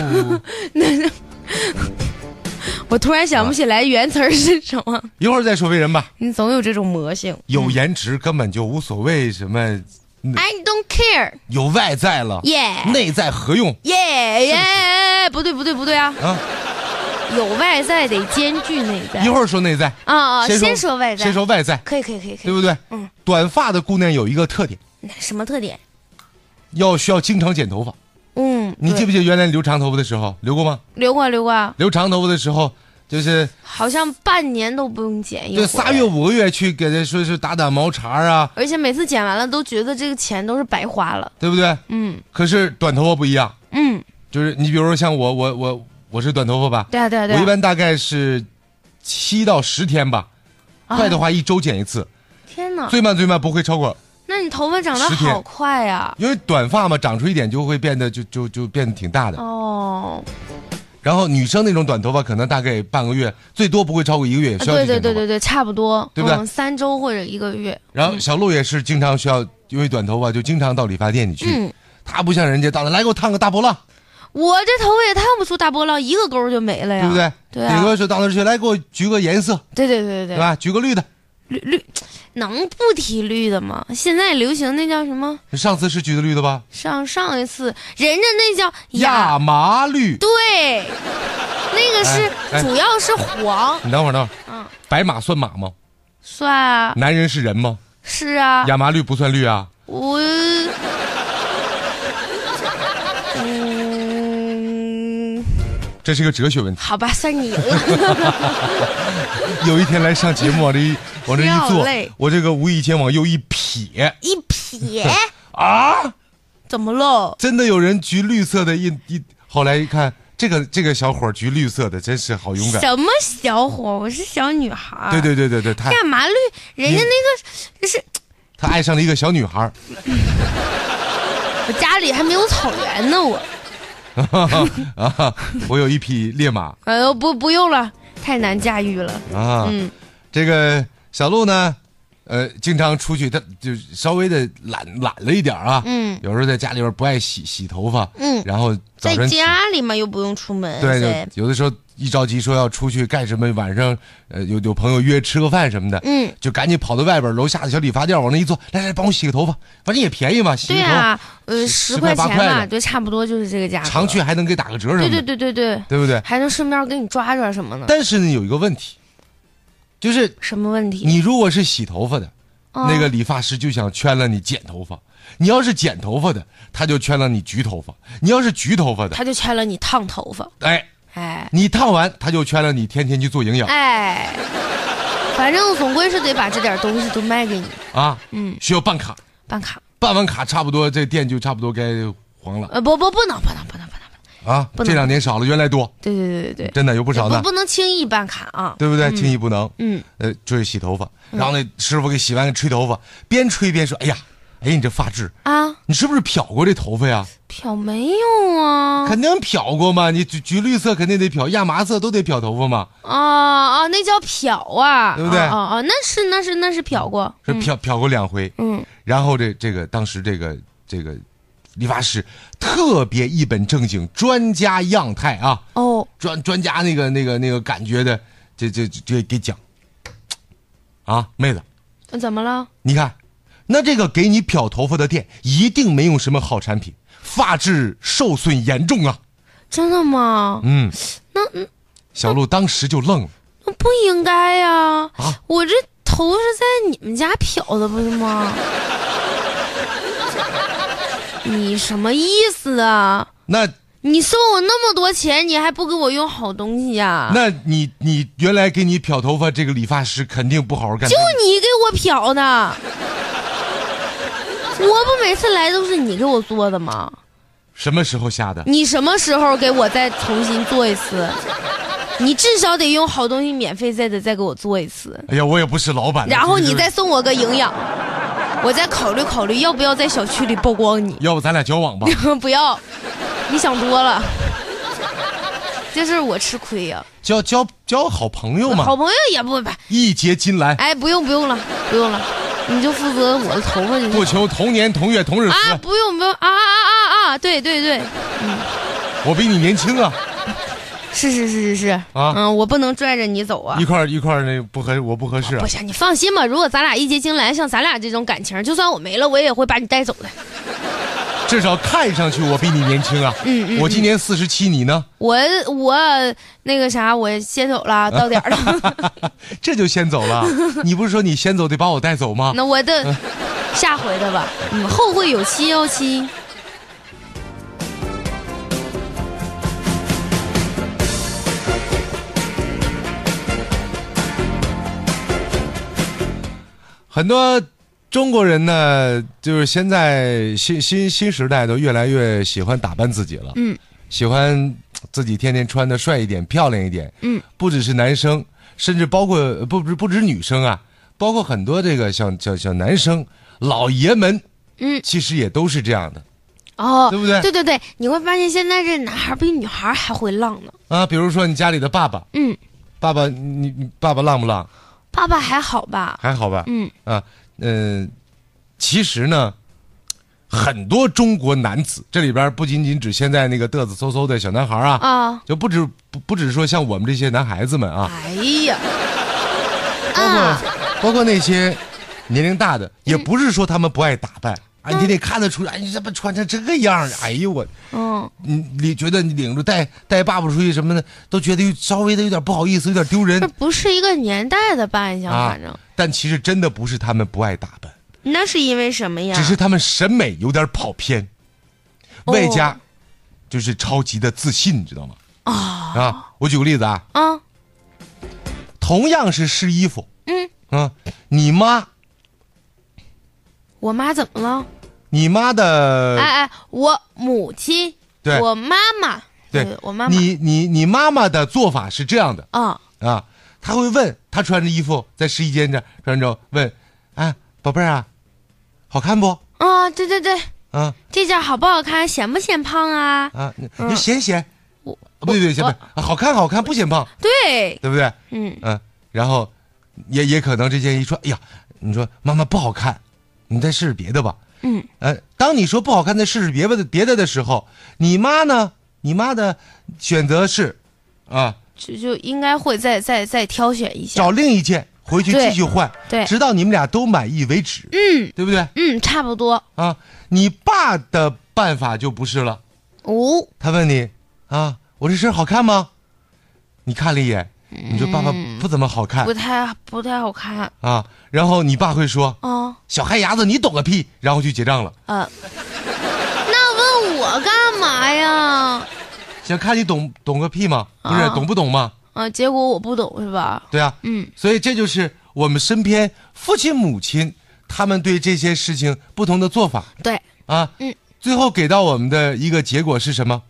[SPEAKER 4] 我突然想不起来原词儿是什么，
[SPEAKER 3] 一会儿再说为人吧。
[SPEAKER 4] 你总有这种魔性。
[SPEAKER 3] 有颜值根本就无所谓什么，嗯
[SPEAKER 4] I don't care，
[SPEAKER 3] 有外在了，
[SPEAKER 4] Yeah
[SPEAKER 3] 内在何用
[SPEAKER 4] 耶耶，不对不对不对啊，
[SPEAKER 3] 啊？
[SPEAKER 4] 有外在得兼具内在
[SPEAKER 3] 一会儿说内在，
[SPEAKER 4] 啊啊，先说外在，
[SPEAKER 3] 先说外在，
[SPEAKER 4] 可以可以可以可
[SPEAKER 3] 对
[SPEAKER 4] 以，
[SPEAKER 3] 不对？
[SPEAKER 4] 嗯。
[SPEAKER 3] 短发的姑娘有一个特点，
[SPEAKER 4] (laughs) 什么特点？
[SPEAKER 3] 要需要经常剪头发。
[SPEAKER 4] 嗯，
[SPEAKER 3] 你
[SPEAKER 4] 对
[SPEAKER 3] 记不记得原来留长头发的时候留过吗？
[SPEAKER 4] 留过留过，
[SPEAKER 3] 留长头发的时候，就是
[SPEAKER 4] 好像半年都不用剪一
[SPEAKER 3] 就
[SPEAKER 4] 回，
[SPEAKER 3] 仨月五个月去给他说是打打毛茬儿啊，
[SPEAKER 4] 而且每次剪完了都觉得这个钱都是白花了。
[SPEAKER 3] 对不对？
[SPEAKER 4] 嗯
[SPEAKER 3] 可是短头发不一样，
[SPEAKER 4] 嗯，
[SPEAKER 3] 就是你比如说像我，我我我是短头发吧，
[SPEAKER 4] 对啊对啊对
[SPEAKER 3] 我一
[SPEAKER 4] 啊。
[SPEAKER 3] 般大概是七到十天吧，
[SPEAKER 4] 啊
[SPEAKER 3] 快的话一周剪一次，
[SPEAKER 4] 天哪，
[SPEAKER 3] 最慢最慢不会超过，
[SPEAKER 4] 那你头发长得
[SPEAKER 3] 十天
[SPEAKER 4] 好快啊呀、
[SPEAKER 3] 因为短发嘛，长出一点就会变得就就就变得挺大的。
[SPEAKER 4] 哦，
[SPEAKER 3] 然后女生那种短头发可能大概半个月，最多不会超过一个月，也
[SPEAKER 4] 啊
[SPEAKER 3] 需要
[SPEAKER 4] 对
[SPEAKER 3] 去
[SPEAKER 4] 对
[SPEAKER 3] 剪头
[SPEAKER 4] 对
[SPEAKER 3] 发。
[SPEAKER 4] 对对，差不多，
[SPEAKER 3] 对不对
[SPEAKER 4] 嗯，三周或者一个月。
[SPEAKER 3] 然后小鹿也是经常需要，因为短头发就经常到理发店里去
[SPEAKER 4] 嗯。
[SPEAKER 3] 她不像人家到那来给我烫个大波浪，
[SPEAKER 4] 我这头发也烫不出大波浪，一个勾就没了呀，
[SPEAKER 3] 对不对？
[SPEAKER 4] 对
[SPEAKER 3] 顶
[SPEAKER 4] 啊，
[SPEAKER 3] 多是到那去来给我焗个颜色，
[SPEAKER 4] 对对对
[SPEAKER 3] 对
[SPEAKER 4] 对对，
[SPEAKER 3] 吧？焗个绿的。
[SPEAKER 4] 绿绿能不提绿的吗？现在流行那叫什么？
[SPEAKER 3] 上次是橘子绿的吧？
[SPEAKER 4] 上上一次人家那叫
[SPEAKER 3] 亚麻绿。
[SPEAKER 4] 对，那个是、
[SPEAKER 3] 哎哎
[SPEAKER 4] 主要是黄，
[SPEAKER 3] 你等会儿，等会儿。
[SPEAKER 4] 嗯
[SPEAKER 3] 白马算马吗？
[SPEAKER 4] 算啊，
[SPEAKER 3] 男人是人吗？
[SPEAKER 4] 是
[SPEAKER 3] (laughs)
[SPEAKER 4] 啊，
[SPEAKER 3] 亚麻绿不算绿啊。
[SPEAKER 4] 我，嗯，
[SPEAKER 3] 这是个哲学问题。
[SPEAKER 4] 好吧，算你赢
[SPEAKER 3] (laughs)
[SPEAKER 4] 了，
[SPEAKER 3] 有一天来上节目，往这一往这一
[SPEAKER 4] 不要
[SPEAKER 3] 坐
[SPEAKER 4] 累，
[SPEAKER 3] 我这个无意间往右一撇，
[SPEAKER 4] 一撇，
[SPEAKER 3] 啊，
[SPEAKER 4] 怎么了？
[SPEAKER 3] 真的有人橘绿色的一一。后来一看，这个这个小伙儿橘绿色的，真是好勇敢。
[SPEAKER 4] 什么小伙？我是小女孩儿，
[SPEAKER 3] 对对对对对，他
[SPEAKER 4] 干嘛绿？人家那个是
[SPEAKER 3] 他爱上了一个小女孩儿，
[SPEAKER 4] 我家里还没有草原呢，我，
[SPEAKER 3] 啊，我有一匹烈马
[SPEAKER 4] 哎呦，不不用了，太难驾驭了，
[SPEAKER 3] 啊。
[SPEAKER 4] 嗯
[SPEAKER 3] 这个小鹿呢，呃，经常出去，他就稍微的懒懒了一点儿啊。
[SPEAKER 4] 嗯
[SPEAKER 3] 有时候在家里边不爱洗洗头发，
[SPEAKER 4] 嗯
[SPEAKER 3] 然后早
[SPEAKER 4] 在
[SPEAKER 3] 晨起
[SPEAKER 4] 家里嘛又不用出门，
[SPEAKER 3] 对，
[SPEAKER 4] 所以
[SPEAKER 3] 就有的时候一着急说要出去干什么，晚上呃有有朋友约吃个饭什么的，
[SPEAKER 4] 嗯，
[SPEAKER 3] 就赶紧跑到外边楼下的小理发店往那一坐，来来帮我洗个头发，反正也便宜嘛，洗个
[SPEAKER 4] 对
[SPEAKER 3] 头，
[SPEAKER 4] 啊，呃，
[SPEAKER 3] 十
[SPEAKER 4] 十
[SPEAKER 3] 十
[SPEAKER 4] 块
[SPEAKER 3] 块
[SPEAKER 4] 钱
[SPEAKER 3] 八块
[SPEAKER 4] 嘛，
[SPEAKER 3] 的
[SPEAKER 4] 对，差不多就是这个价格。
[SPEAKER 3] 常去还能给打个折什么的，
[SPEAKER 4] 对对对对对，
[SPEAKER 3] 对不对？
[SPEAKER 4] 还能顺便给你抓抓什么呢？
[SPEAKER 3] 但是呢，有一个问题，就是
[SPEAKER 4] 什么问题？
[SPEAKER 3] 你如果是洗头发的，
[SPEAKER 4] 哦
[SPEAKER 3] 那个理发师就想圈了你剪头发；你要是剪头发的，他就圈了你焗头发；你要是焗头发的，
[SPEAKER 4] 他就牵了你烫头发，
[SPEAKER 3] 哎，
[SPEAKER 4] 哎
[SPEAKER 3] 你烫完他就圈了你天天去做营养
[SPEAKER 4] 哎，反正总归是得把这点东西都卖给你，
[SPEAKER 3] 啊，
[SPEAKER 4] 嗯，
[SPEAKER 3] 需要办卡，
[SPEAKER 4] 办卡。
[SPEAKER 3] 办完卡差不多这店就差不多该黄了
[SPEAKER 4] 呃，不不不能不能不能不能，
[SPEAKER 3] 啊。
[SPEAKER 4] 不能
[SPEAKER 3] 这两年少了，原来多，
[SPEAKER 4] 对对对对对，
[SPEAKER 3] 真的有不少
[SPEAKER 4] 不
[SPEAKER 3] 呢，
[SPEAKER 4] 不能轻易办卡啊。
[SPEAKER 3] 对不对？轻易不能，
[SPEAKER 4] 嗯，
[SPEAKER 3] 呃，就是洗头发，然后那师傅给洗完给吹头发，边吹边说：“哎呀，哎你这发质，
[SPEAKER 4] 啊，
[SPEAKER 3] 你是不是漂过这头发呀？”
[SPEAKER 4] 漂没有啊？
[SPEAKER 3] 肯定漂过嘛，你橘橘绿色肯定得漂，亚麻色都得漂头发嘛，
[SPEAKER 4] 哦哦，那叫漂啊，
[SPEAKER 3] 对不对
[SPEAKER 4] 哦哦，哦那是那是那是漂过，
[SPEAKER 3] 是漂漂过两回。
[SPEAKER 4] 嗯，
[SPEAKER 3] 然后这这个当时这个这个理发师特别一本正经，专家样态啊，
[SPEAKER 4] 哦，
[SPEAKER 3] 专专家那个那个那个感觉的，这这这给讲啊，妹子，
[SPEAKER 4] 怎么了？
[SPEAKER 3] 你看，那这个给你漂头发的店一定没用什么好产品，发质受损严重啊。
[SPEAKER 4] 真的吗？
[SPEAKER 3] 嗯，小鹿当时就愣了。
[SPEAKER 4] 那不应该呀、
[SPEAKER 3] 啊
[SPEAKER 4] 我这头是在你们家漂的，不是
[SPEAKER 3] (laughs)
[SPEAKER 4] 吗？你什么意思啊？
[SPEAKER 3] 那
[SPEAKER 4] 你收我那么多钱，你还不给我用好东西呀、
[SPEAKER 3] 那你你原来给你漂头发这个理发师肯定不好好干，
[SPEAKER 4] 就你给我漂的，我不每次来都是你给我做的吗？
[SPEAKER 3] 什么时候下的？
[SPEAKER 4] 你什么时候给我再重新做一次？你至少得用好东西，免费再得再给我做一次。
[SPEAKER 3] 哎呀，我也不是老板。
[SPEAKER 4] 然后
[SPEAKER 3] 就是
[SPEAKER 4] 你再，送我个营养，我再考虑考虑要不要在小区里曝光你。 (laughs)
[SPEAKER 3] 要不咱俩交往吧？
[SPEAKER 4] 不要，你想多了，这是我吃亏呀、
[SPEAKER 3] 交交交好朋友
[SPEAKER 4] 好
[SPEAKER 3] 嘛，
[SPEAKER 4] 朋友也不不，
[SPEAKER 3] 义结金兰，
[SPEAKER 4] 哎，不用不用了，不用了，你就负责我的头发就
[SPEAKER 3] 不
[SPEAKER 4] 行。
[SPEAKER 3] 求同年同月同日
[SPEAKER 4] 啊，
[SPEAKER 3] 死，
[SPEAKER 4] 不用不用啊啊啊啊！对对对，
[SPEAKER 3] 我比你年轻啊，
[SPEAKER 4] 是是是是是
[SPEAKER 3] 啊
[SPEAKER 4] 嗯，我不能拽着你走啊
[SPEAKER 3] 一。块儿一块儿那不合我不合适啊
[SPEAKER 4] 不。行，你放心吧。如果咱俩一结金兰，像咱俩这种感情，就算我没了，我也会把你带走的。
[SPEAKER 3] 至少看上去我比你年轻啊。
[SPEAKER 4] 嗯嗯
[SPEAKER 3] 我今年四十七，你呢？
[SPEAKER 4] 我我那个啥，我先走了，到点儿了。
[SPEAKER 3] 这就先走
[SPEAKER 4] (laughs)
[SPEAKER 3] 了。你不是说你先走得把我带走吗？
[SPEAKER 4] 那我的下回
[SPEAKER 3] (laughs)
[SPEAKER 4] 的吧，嗯，后会有期哟期。
[SPEAKER 3] 很多中国人呢，就是现在新新新时代都越来越喜欢打扮自己了，
[SPEAKER 4] 嗯，
[SPEAKER 3] 喜欢自己天天穿的帅一点、漂亮一点，
[SPEAKER 4] 嗯，
[SPEAKER 3] 不只是男生，甚至包括呃不不不止女生啊，包括很多这个小小小男生、老爷们，
[SPEAKER 4] 嗯
[SPEAKER 3] 其实也都是这样的
[SPEAKER 4] 哦，
[SPEAKER 3] 对不对
[SPEAKER 4] 对对对，你会发现现在这男孩比女孩还会浪呢。
[SPEAKER 3] 啊。比如说你家里的爸爸，
[SPEAKER 4] 嗯，
[SPEAKER 3] 爸爸你你爸爸浪不浪？
[SPEAKER 4] 爸爸还好吧？
[SPEAKER 3] 还好吧？
[SPEAKER 4] 嗯
[SPEAKER 3] 啊，嗯、其实呢，很多中国男子，这里边不仅仅指现在那个嘚瑟嗖嗖的小男孩啊，
[SPEAKER 4] 啊，
[SPEAKER 3] 就不止不不只说像我们这些男孩子们啊，
[SPEAKER 4] 哎呀，
[SPEAKER 3] 包括、
[SPEAKER 4] 啊，嗯
[SPEAKER 3] 包括那些年龄大的，也不是说他们不爱打扮。啊，你得看得出来，哎你怎么穿成这个样儿？哎呦我，
[SPEAKER 4] 嗯，
[SPEAKER 3] 你你觉得你领着带带爸爸出去什么的，都觉得有稍微的有点不好意思，有点丢人
[SPEAKER 4] 这不是一个年代的扮相，
[SPEAKER 3] 啊
[SPEAKER 4] 反正。。
[SPEAKER 3] 但其实真的不是他们不爱打扮，
[SPEAKER 4] 那是因为什么呀？
[SPEAKER 3] 只是他们审美有点跑偏，
[SPEAKER 4] 哦
[SPEAKER 3] 外加就是超级的自信，你知道吗？
[SPEAKER 4] 哦
[SPEAKER 3] 啊我举个例子啊，
[SPEAKER 4] 啊，
[SPEAKER 3] 同样是试衣服，
[SPEAKER 4] 嗯
[SPEAKER 3] 啊，你妈，
[SPEAKER 4] 我妈怎么了？
[SPEAKER 3] 你妈的，
[SPEAKER 4] 哎哎，我母亲，
[SPEAKER 3] 呃对
[SPEAKER 4] 我妈妈，
[SPEAKER 3] 对
[SPEAKER 4] 我妈妈，
[SPEAKER 3] 你你你妈妈的做法是这样的
[SPEAKER 4] 啊，
[SPEAKER 3] 啊，她会问，她穿着衣服在试衣间这穿着问，哎，宝贝儿啊，好看不？
[SPEAKER 4] 啊，对对对，
[SPEAKER 3] 啊
[SPEAKER 4] 这件好不好看？显不显胖啊？
[SPEAKER 3] 啊，你你
[SPEAKER 4] 嗯
[SPEAKER 3] 就显显，
[SPEAKER 4] 我
[SPEAKER 3] 啊不对不对，显
[SPEAKER 4] 我
[SPEAKER 3] 摆，啊好看好看不显胖，
[SPEAKER 4] 对，
[SPEAKER 3] 对不对？
[SPEAKER 4] 嗯，
[SPEAKER 3] 嗯，然后也也可能这件衣说，哎呀，你说妈妈不好看，你再试试别的吧。
[SPEAKER 4] 嗯，
[SPEAKER 3] 呃，当你说不好看，再试试别的别的的时候，你妈呢？你妈的选择是，啊，
[SPEAKER 4] 就就应该会再再再挑选一下。
[SPEAKER 3] 找另一件回去
[SPEAKER 4] 对
[SPEAKER 3] 继续换，
[SPEAKER 4] 对
[SPEAKER 3] 直到你们俩都满意为止，
[SPEAKER 4] 嗯
[SPEAKER 3] 对不对？
[SPEAKER 4] 嗯，差不多
[SPEAKER 3] 啊，你爸的办法就不是了，
[SPEAKER 4] 哦。
[SPEAKER 3] 他问你，啊，我这身好看吗？你看了一眼，你说爸爸不怎么好看
[SPEAKER 4] 嗯不太不太好看
[SPEAKER 3] 啊，然后你爸会说，
[SPEAKER 4] 啊。
[SPEAKER 3] 小旱鸭子你懂个屁，然后去结账了。
[SPEAKER 4] 呃，那问我干嘛呀？
[SPEAKER 3] 想看你懂懂个屁吗？不是、
[SPEAKER 4] 啊
[SPEAKER 3] 懂不懂吗？
[SPEAKER 4] 啊，结果我不懂是吧？
[SPEAKER 3] 对啊，
[SPEAKER 4] 嗯，
[SPEAKER 3] 所以这就是我们身边父亲母亲他们对这些事情不同的做法
[SPEAKER 4] 对，
[SPEAKER 3] 啊，
[SPEAKER 4] 嗯，
[SPEAKER 3] 最后给到我们的一个结果是什么？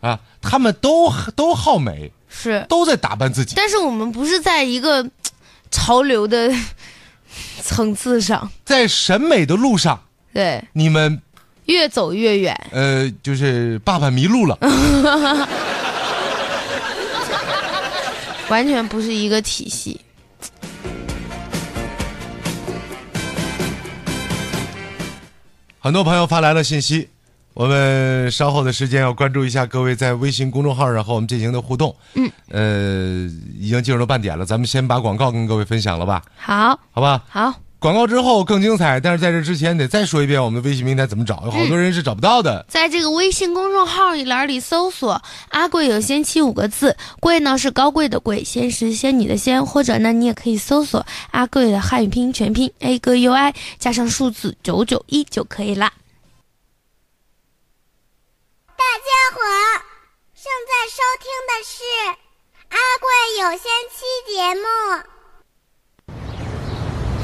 [SPEAKER 3] 啊，他们都都好美，
[SPEAKER 4] 是。
[SPEAKER 3] 都在打扮自己，
[SPEAKER 4] 但是我们不是在一个潮流的 (laughs) 层次上，
[SPEAKER 3] 在审美的路上，
[SPEAKER 4] 对，
[SPEAKER 3] 你们
[SPEAKER 4] 越走越远。
[SPEAKER 3] 呃，就是爸爸迷路了，
[SPEAKER 4] 完全不是一个体系。
[SPEAKER 3] 很多朋友发来了信息，我们稍后的时间要关注一下各位在微信公众号上和我们进行的互动。嗯，呃，已经进入到半点了，咱们先把广告跟各位分享了吧，
[SPEAKER 4] 好，
[SPEAKER 3] 好吧？
[SPEAKER 4] 好，
[SPEAKER 3] 广告之后更精彩，但是在这之前得再说一遍我们的微信平台怎么找，有好
[SPEAKER 4] 嗯
[SPEAKER 3] 多人是找不到的。
[SPEAKER 4] 在这个微信公众号一栏里搜索“阿贵有仙妻”五个字，贵呢是高贵的贵，仙是仙女的仙，或者呢你也可以搜索阿贵的汉语拼音全拼 A 哥 U I 加上数字九九一就可以啦。
[SPEAKER 5] 大家好，正在收听的是《阿贵有仙妻》节目。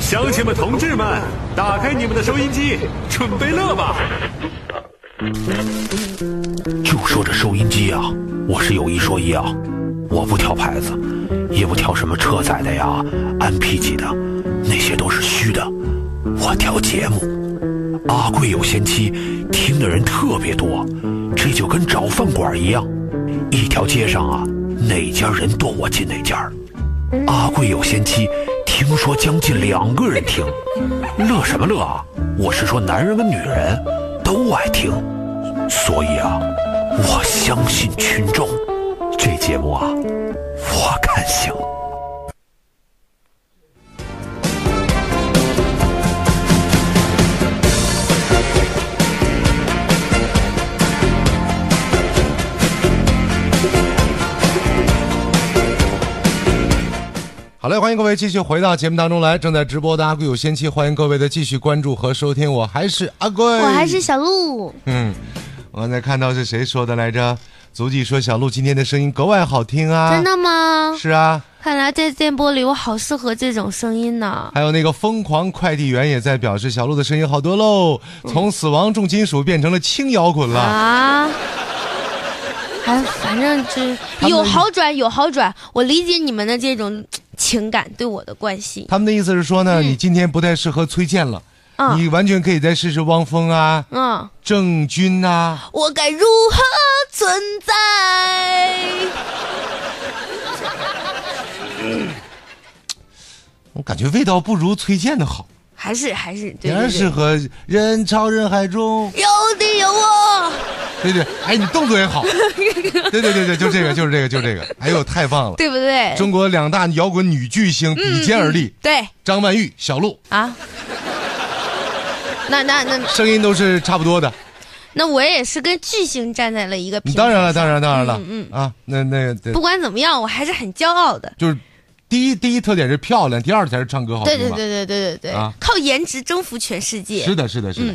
[SPEAKER 1] 乡亲们、同志们，打开你们的收音机，准备乐吧！
[SPEAKER 6] 就说这收音机啊，我是有一说一啊，我不挑牌子，也不挑什么车载的呀、MP 级的，那些都是虚的，我挑节目。阿贵有仙妻，听的人特别多，这就跟找饭馆一样，一条街上啊，哪家人多我进哪家儿。阿贵有仙妻，听说将近两个人听，乐什么乐啊？我是说男人跟女人都爱听。所以啊，我相信群众，这节目啊，我看行。
[SPEAKER 3] 好嘞，欢迎各位继续回到节目当中来，正在直播的阿贵有仙妻，欢迎各位的继续关注和收听，我还是阿贵，
[SPEAKER 4] 我还是小鹿，
[SPEAKER 3] 嗯，我刚才看到是谁说的来着？足迹说小鹿今天的声音格外好听啊，
[SPEAKER 4] 真的吗？
[SPEAKER 3] 是啊。
[SPEAKER 4] 看来在电波里我好适合这种声音呢。
[SPEAKER 3] 还有那个疯狂快递员也在表示，小鹿的声音好多喽，从死亡重金属变成了轻摇滚了。
[SPEAKER 4] 嗯啊，哎，反正
[SPEAKER 3] 他
[SPEAKER 4] 这
[SPEAKER 3] 们
[SPEAKER 4] 有好转，有好转。我理解你们的这种情感对我的关心。
[SPEAKER 3] 他们的意思是说呢，你今天不太适合崔健了，
[SPEAKER 4] 嗯
[SPEAKER 3] 你完全可以再试试汪峰啊、
[SPEAKER 4] 嗯，
[SPEAKER 3] 郑钧啊。
[SPEAKER 4] 我该如何存在？
[SPEAKER 3] 我感觉味道不如崔健的好，
[SPEAKER 4] 还是还是对
[SPEAKER 3] 仍然
[SPEAKER 4] 对
[SPEAKER 3] 适
[SPEAKER 4] 对，
[SPEAKER 3] 合人潮人海中。
[SPEAKER 4] 有你有我。
[SPEAKER 3] 对对，哎，你动作也
[SPEAKER 4] (laughs)
[SPEAKER 3] 好。对对对对，就这个，就是这个，就是这个。哎呦，太棒了！
[SPEAKER 4] 对不对？嗯
[SPEAKER 3] 中国两大摇滚女巨星比肩而立，
[SPEAKER 4] 对
[SPEAKER 3] 张曼玉、小鹿，
[SPEAKER 4] 啊，那那那
[SPEAKER 3] 声音都是差不多的。
[SPEAKER 4] 那我也是跟巨星站在了一个平。
[SPEAKER 3] 当然了，，当然，当然了，啊，那那对
[SPEAKER 4] 嗯不，管怎么样，我还是很骄傲的。
[SPEAKER 3] 就是第一第一特点是漂亮，第二才是唱歌好听
[SPEAKER 4] 对对
[SPEAKER 3] 吧？
[SPEAKER 4] 对对对对对
[SPEAKER 3] 哦啊，
[SPEAKER 4] 靠颜值征服全世界。
[SPEAKER 3] 是的，是的，是的。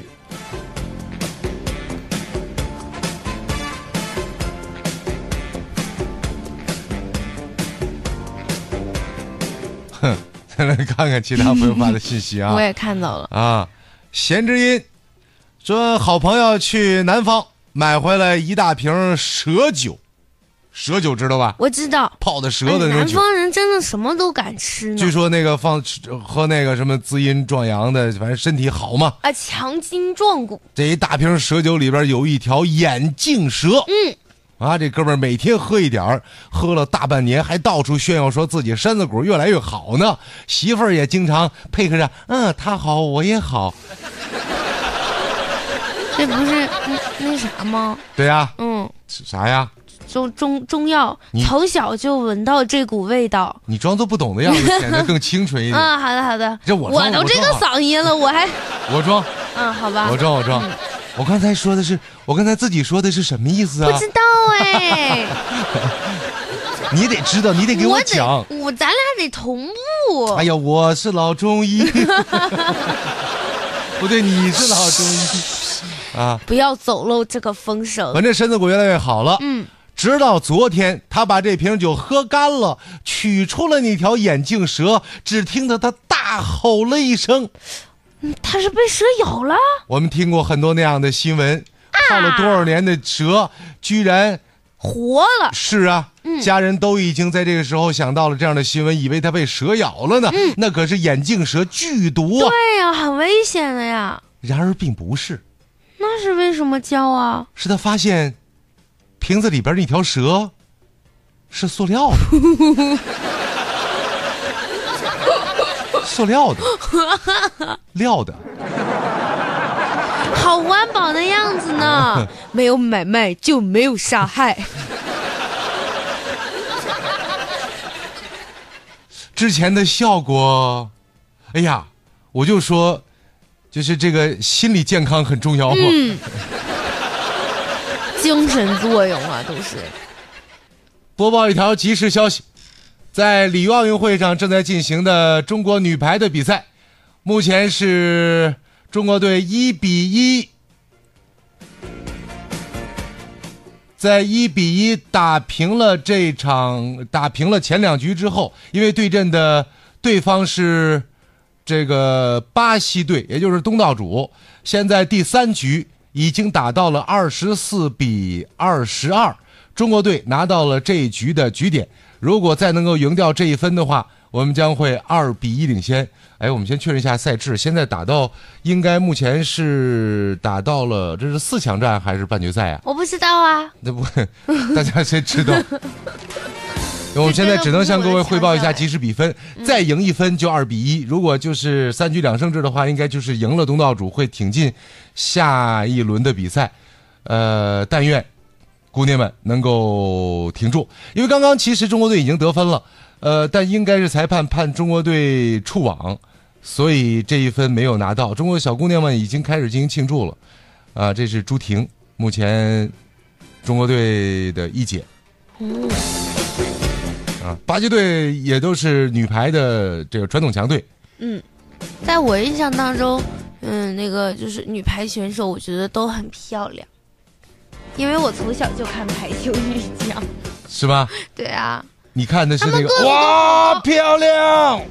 [SPEAKER 3] 哼，
[SPEAKER 4] 嗯
[SPEAKER 3] 再 (laughs) 来看看其他朋友发的信息啊
[SPEAKER 4] 我也看到了，
[SPEAKER 3] 啊！闲之音说，好朋友去南方买回来一大瓶蛇酒，蛇酒知道吧？
[SPEAKER 4] 我知道。
[SPEAKER 3] 泡的
[SPEAKER 4] 哎
[SPEAKER 3] 蛇的那种
[SPEAKER 4] 南
[SPEAKER 3] 酒。
[SPEAKER 4] 方人真的什么都敢吃呢
[SPEAKER 3] 据。说那个放喝那个什么滋阴壮阳的，反正身体好嘛。
[SPEAKER 4] 啊，强筋壮骨，
[SPEAKER 3] 这一大瓶蛇酒里边有一条眼镜蛇，嗯，啊，这哥们儿每天喝一点儿，喝了大半年，还到处炫耀说自己身子骨越来越好呢。媳妇儿也经常配合着，嗯，他好，我也好。
[SPEAKER 4] 这不是那那啥吗？
[SPEAKER 3] 对呀、
[SPEAKER 4] 嗯，
[SPEAKER 3] 啥呀？
[SPEAKER 4] 中中中药
[SPEAKER 3] 你，
[SPEAKER 4] 从小就闻到这股味道。
[SPEAKER 3] 你装作不懂的样子，显得更清纯一点。
[SPEAKER 4] 啊，好的好的，
[SPEAKER 3] 哎这我装
[SPEAKER 4] 都
[SPEAKER 3] 我
[SPEAKER 4] 这个
[SPEAKER 3] 装
[SPEAKER 4] 嗓音了，我还
[SPEAKER 3] (laughs) 我装，
[SPEAKER 4] 嗯好吧，
[SPEAKER 3] 我装，我装。我刚才说的是，我刚才自己说的是什么意思
[SPEAKER 4] 不
[SPEAKER 3] 啊？
[SPEAKER 4] 知道哎，
[SPEAKER 3] 你得知道， (laughs) 你得给
[SPEAKER 4] 我
[SPEAKER 3] 讲。
[SPEAKER 4] 得我咱俩得同步。
[SPEAKER 3] 哎呀，我是老中 (laughs) 医，不对，你是老中医啊。
[SPEAKER 4] 不要走漏这个风声
[SPEAKER 3] 反。正身子骨越来越好了。
[SPEAKER 4] 嗯，
[SPEAKER 3] 直到昨天，他把这瓶酒喝干了，取出了那条眼镜蛇。只听得他大吼了一声。
[SPEAKER 4] 他是被蛇咬了，
[SPEAKER 3] 我们听过很多那样的新闻，泡了多少年的蛇，居然
[SPEAKER 4] 活了。
[SPEAKER 3] 是啊，家人都已经在这个时候想到了这样的新闻，以为他被蛇咬了呢。那可是眼镜蛇剧毒啊！
[SPEAKER 4] 对哎呀、很危险的呀。
[SPEAKER 3] 然而并不是，
[SPEAKER 4] 那是为什么叫啊？
[SPEAKER 3] 是他发现瓶子里边那条蛇是塑料的， (laughs) 塑料的，料的。
[SPEAKER 4] 好环保的样子
[SPEAKER 3] (laughs)
[SPEAKER 4] 呢，没有买卖就没有杀害。
[SPEAKER 3] 之前的效果，哎呀，我就说，就是这个心理健康很重要嘛。
[SPEAKER 4] 精神作用啊，都是。
[SPEAKER 3] 播报一条即时消息，在里约奥运会上正在进行的中国女排的比赛，目前是中国队一比一，在一比一打平了这场打平了前两局之后，因为对阵的对方是这个巴西队，也就是东道主，现在第三局已经打到了二十四比二十二，中国队拿到了这一局的局点。如果再能够赢掉这一分的话，我们将会二比一领先。哎，我们先确认一下赛制，现在打到应该目前是打到了这是四强战还是半决赛呀、
[SPEAKER 4] 我不知道啊，
[SPEAKER 3] 那不， (laughs) 大家谁知道？我们现在只能向各位汇报一下即时比分，再赢一分就二比一。如果就是三局两胜制的话，应该就是赢了东道主会挺进下一轮的比赛。呃，但愿姑娘们能够挺住，因为刚刚其实中国队已经得分了，呃，但应该是裁判判中国队触网，所以这一分没有拿到。中国小姑娘们已经开始进行庆祝了，啊、这是朱婷，目前中国队的一姐。
[SPEAKER 4] 嗯
[SPEAKER 3] 啊，巴西队也都是女排的这个传统强队，
[SPEAKER 4] 在我印象当中，嗯，那个就是女排选手，我觉得都很漂亮，因为我从小就看排球女 (laughs) 将。
[SPEAKER 3] 是吧？
[SPEAKER 4] 对啊，
[SPEAKER 3] 你看的是那
[SPEAKER 4] 他们个
[SPEAKER 3] 个
[SPEAKER 4] 个
[SPEAKER 3] 哇，漂亮！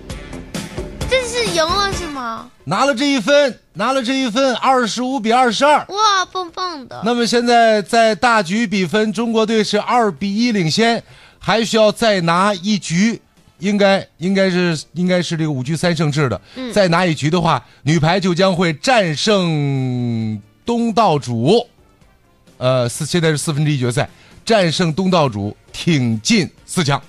[SPEAKER 4] 这是赢了是吗？
[SPEAKER 3] 拿了这一分，拿了这一分，二十五比二十二。
[SPEAKER 4] 哇，棒棒的！
[SPEAKER 3] 那么现在在大局比分，中国队是二比一领先，还需要再拿一局，应该应该是应该是这个五局三胜制的，再拿一局的话，女排就将会战胜东道主，呃，四现在是四分之一决赛，战胜东道主挺进四强。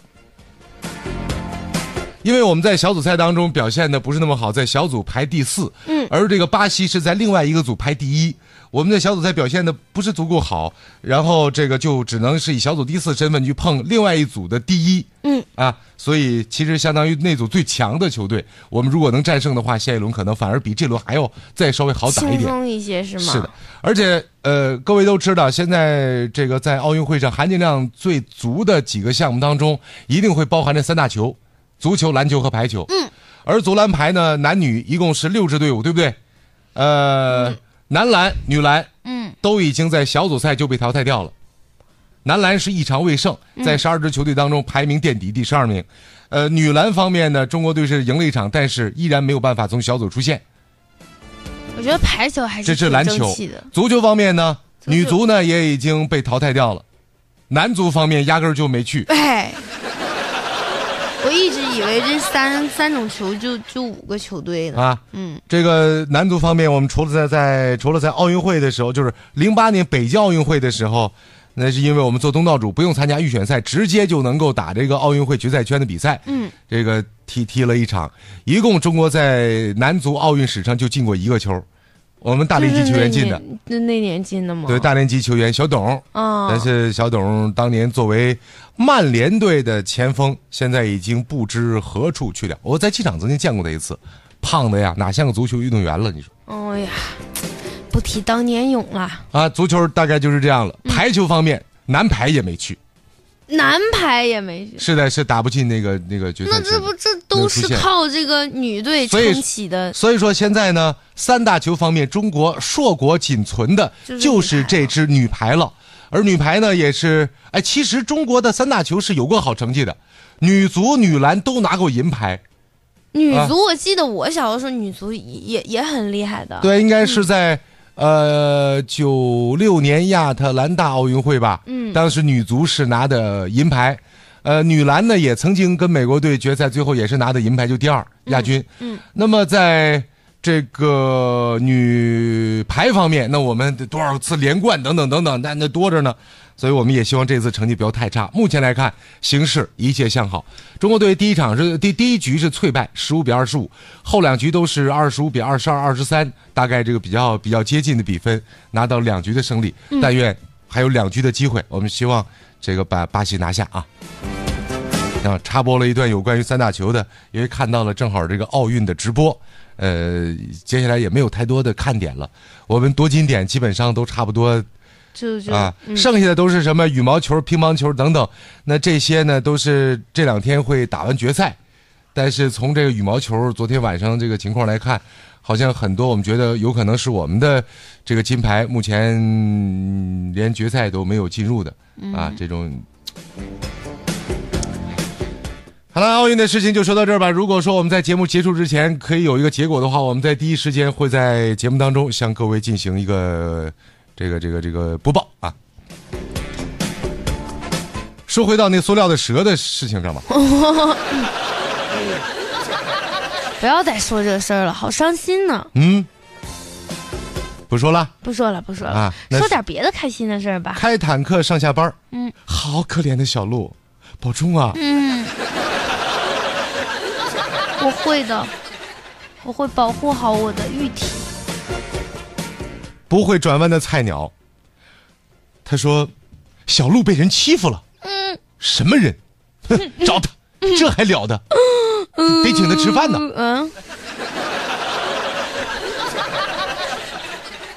[SPEAKER 3] 因为我们在小组赛当中表现的不是那么好，在小组排第四，嗯，而这个巴西是在另外一个组排第一。我们在小组赛表现的不是足够好，然后这个就只能是以小组第四身份去碰另外一组的第一，嗯啊，所以其实相当于那组最强的球队，我们如果能战胜的话，下一轮可能反而比这轮还要再稍微好打一
[SPEAKER 4] 轻
[SPEAKER 3] 点。
[SPEAKER 4] 松一些是吗？
[SPEAKER 3] 是的，而且呃，各位都知道，现在这个在奥运会上含金量最足的几个项目当中，一定会包含这三大球：足球、篮球和排球。嗯，而足篮排呢，男女一共是六支队伍，对不对？呃，
[SPEAKER 4] 嗯
[SPEAKER 3] 男篮、女篮，嗯，都已经在小组赛就被淘汰掉了。男篮是一场未胜，
[SPEAKER 4] 嗯
[SPEAKER 3] 在十二支球队当中排名垫底第十二名。呃，女篮方面呢，中国队是赢了一场，但是依然没有办法从小组出线。
[SPEAKER 4] 我觉得排球还是
[SPEAKER 3] 这是
[SPEAKER 4] 挺
[SPEAKER 3] 篮
[SPEAKER 4] 争
[SPEAKER 3] 球
[SPEAKER 4] 气的。，
[SPEAKER 3] 足球方面呢，
[SPEAKER 4] 足球
[SPEAKER 3] 女足呢也已经被淘汰掉了，男足方面压根儿就没去。
[SPEAKER 4] 哎， (laughs) 我一直以为这三三种球就就五个球队呢。
[SPEAKER 3] 啊，
[SPEAKER 4] 嗯，
[SPEAKER 3] 这个男足方面，我们除了在在除了在奥运会的时候，就是零八年北京奥运会的时候，那是因为我们做东道主不用参加预选赛，直接就能够打这个奥运会决赛圈的比赛。
[SPEAKER 4] 嗯，
[SPEAKER 3] 这个踢踢了一场，一共中国在男足奥运史上就进过一个球，我们大
[SPEAKER 4] 就
[SPEAKER 3] 力
[SPEAKER 4] 是
[SPEAKER 3] 级球
[SPEAKER 4] 那
[SPEAKER 3] 员进的。
[SPEAKER 4] 年那那年进的吗？
[SPEAKER 3] 对，大连籍球员小董，
[SPEAKER 4] 啊
[SPEAKER 3] 但是小董当年作为曼联队的前锋，现在已经不知何处去了。我在机场曾经见过他一次，胖的呀，哪像个足球运动员了？你说
[SPEAKER 4] 哎呀，不提当年勇了。
[SPEAKER 3] 啊，足球大概就是这样
[SPEAKER 4] 嗯
[SPEAKER 3] 了。排球方面，男排也没去，
[SPEAKER 4] 男排也没去，
[SPEAKER 3] 是的，是打不进那个那个决赛
[SPEAKER 4] 那
[SPEAKER 3] 圈的。
[SPEAKER 4] 这不这都
[SPEAKER 3] 没
[SPEAKER 4] 是
[SPEAKER 3] 有出现
[SPEAKER 4] 靠这个女队
[SPEAKER 3] 所以
[SPEAKER 4] 撑起的，
[SPEAKER 3] 所以说现在呢，三大球方面，中国硕果仅存的
[SPEAKER 4] 就是
[SPEAKER 3] 就是这支女排了。而女排呢，也是哎，其实中国的三大球是有过好成绩的，女足、女篮都拿过银牌。
[SPEAKER 4] 女
[SPEAKER 3] 啊
[SPEAKER 4] 足，我记得我小的时候女足也也也很厉害的。
[SPEAKER 3] 对，应该是在、呃九六年亚特兰大奥运会吧。嗯，当时女足是拿的银牌，呃，女篮呢也曾经跟美国队决赛，最后也是拿的银牌，就第二亚军。嗯，那么在。这个女排方面，那我们多少次连冠等等等等，那那多着呢，所以我们也希望这次成绩不要太差。目前来看，形势一切向好。中国队第一场是第第一局是脆败，十五比二十五，后两局都是二十五比二十二、二十三，大概这个比较比较接近的比分，拿到两局的胜利。但愿还有两局的机会，我们希望这个把巴西拿下啊。啊，插播了一段有关于三大球的，因为看到了正好这个奥运的直播，呃，接下来也没有太多的看点了。我们夺金点基本上都差不多
[SPEAKER 4] 就就
[SPEAKER 3] 啊，
[SPEAKER 4] 嗯
[SPEAKER 3] 剩下的都是什么羽毛球、乒乓球等等。那这些呢，都是这两天会打完决赛。但是从这个羽毛球昨天晚上这个情况来看，好像很多我们觉得有可能是我们的这个金牌，目前嗯连决赛都没有进入的啊，
[SPEAKER 4] 嗯
[SPEAKER 3] 这种。好了，奥运的事情就说到这儿吧。如果说我们在节目结束之前可以有一个结果的话，我们在第一时间会在节目当中向各位进行一个这个这个这个播报啊。说回到那塑料的蛇的事情上吧，
[SPEAKER 4] 不要再说这事儿了，好伤心呢。
[SPEAKER 3] 嗯，不说了。
[SPEAKER 4] 不说了，不说了，
[SPEAKER 3] 啊那
[SPEAKER 4] 说
[SPEAKER 3] 是
[SPEAKER 4] 点别的开心的事儿
[SPEAKER 3] (laughs)
[SPEAKER 4] 吧。
[SPEAKER 3] 开坦克上下班，
[SPEAKER 4] 嗯，
[SPEAKER 3] 好可怜的小鹿，保重啊！
[SPEAKER 4] 嗯，我会的，我会保护好我的玉体。
[SPEAKER 3] 不会转弯的菜鸟。他说，小鹿被人欺负了，
[SPEAKER 4] 嗯
[SPEAKER 3] 什么人？哼找他，这还了得？得请他吃饭呢。 (laughs)
[SPEAKER 4] 嗯。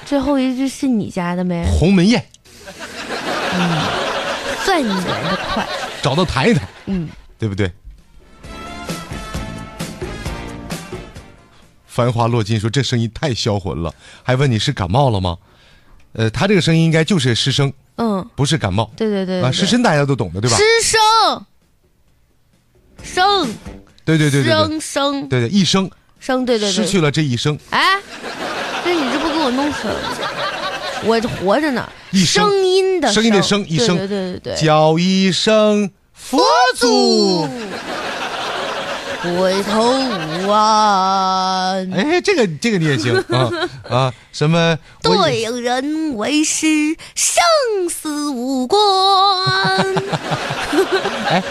[SPEAKER 4] 最后一句是你家的没？
[SPEAKER 3] 鸿门宴，
[SPEAKER 4] 算你圆的快。
[SPEAKER 3] 找他谈一谈，
[SPEAKER 4] 嗯，
[SPEAKER 3] 对不对？繁花落尽说这声音太销魂了，还问你是感冒了吗？呃，他这个声音应该就是失声，
[SPEAKER 4] 嗯，
[SPEAKER 3] 不是感冒
[SPEAKER 4] 对对对对
[SPEAKER 3] 啊。失声大家都懂的，对吧？
[SPEAKER 4] 失声，生
[SPEAKER 3] 对对对对对
[SPEAKER 4] 生生
[SPEAKER 3] 对对，一生
[SPEAKER 4] 生，对对
[SPEAKER 3] 失
[SPEAKER 4] 对。
[SPEAKER 3] 去了这一生，
[SPEAKER 4] 哎，这你这不给我弄死了？我活着呢，
[SPEAKER 3] 一生
[SPEAKER 4] 声音的
[SPEAKER 3] 声音的声一生
[SPEAKER 4] 对对对对对。
[SPEAKER 3] 叫一声佛祖。
[SPEAKER 4] 回头无岸，
[SPEAKER 3] 哎，这个这个你也行啊啊，什么？我
[SPEAKER 4] 对人为师，生死
[SPEAKER 3] (laughs)
[SPEAKER 4] 无关。
[SPEAKER 3] 哎，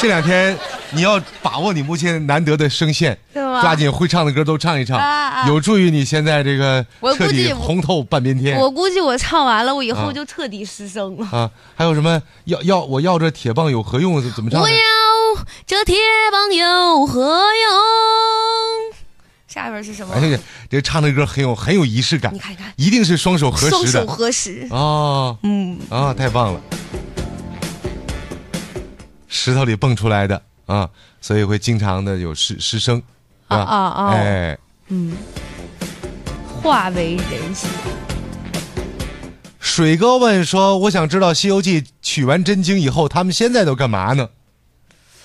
[SPEAKER 3] 这两天你要把握你目前难得的声线，
[SPEAKER 4] 是吗
[SPEAKER 3] 抓紧会唱的歌都唱一唱，
[SPEAKER 4] 啊啊
[SPEAKER 3] 有助于你现在这个
[SPEAKER 4] 我
[SPEAKER 3] 彻
[SPEAKER 4] 估计
[SPEAKER 3] 底红透半边天。
[SPEAKER 4] 我估计我唱完了，我以后
[SPEAKER 3] 啊
[SPEAKER 4] 就彻底失声了。
[SPEAKER 3] 啊，还有什么要要我要这铁棒有何用？怎么唱
[SPEAKER 4] 我
[SPEAKER 3] 的？
[SPEAKER 4] 要这铁棒有何用？下边是什么
[SPEAKER 3] 哎？呀，这唱的歌很有很有仪式感
[SPEAKER 4] 你，看看，
[SPEAKER 3] 一定是双手合
[SPEAKER 4] 双
[SPEAKER 3] 十
[SPEAKER 4] 手
[SPEAKER 3] 的
[SPEAKER 4] 合十。
[SPEAKER 3] 哦。
[SPEAKER 4] 嗯，
[SPEAKER 3] 啊，太棒了！石头里蹦出来的啊，所以会经常的有失失声，
[SPEAKER 4] 啊
[SPEAKER 3] 是吧
[SPEAKER 4] 啊啊
[SPEAKER 3] 哎，
[SPEAKER 4] 化为人形。
[SPEAKER 3] 水哥问说：“我想知道《西游记》取完真经以后，他们现在都干嘛呢？”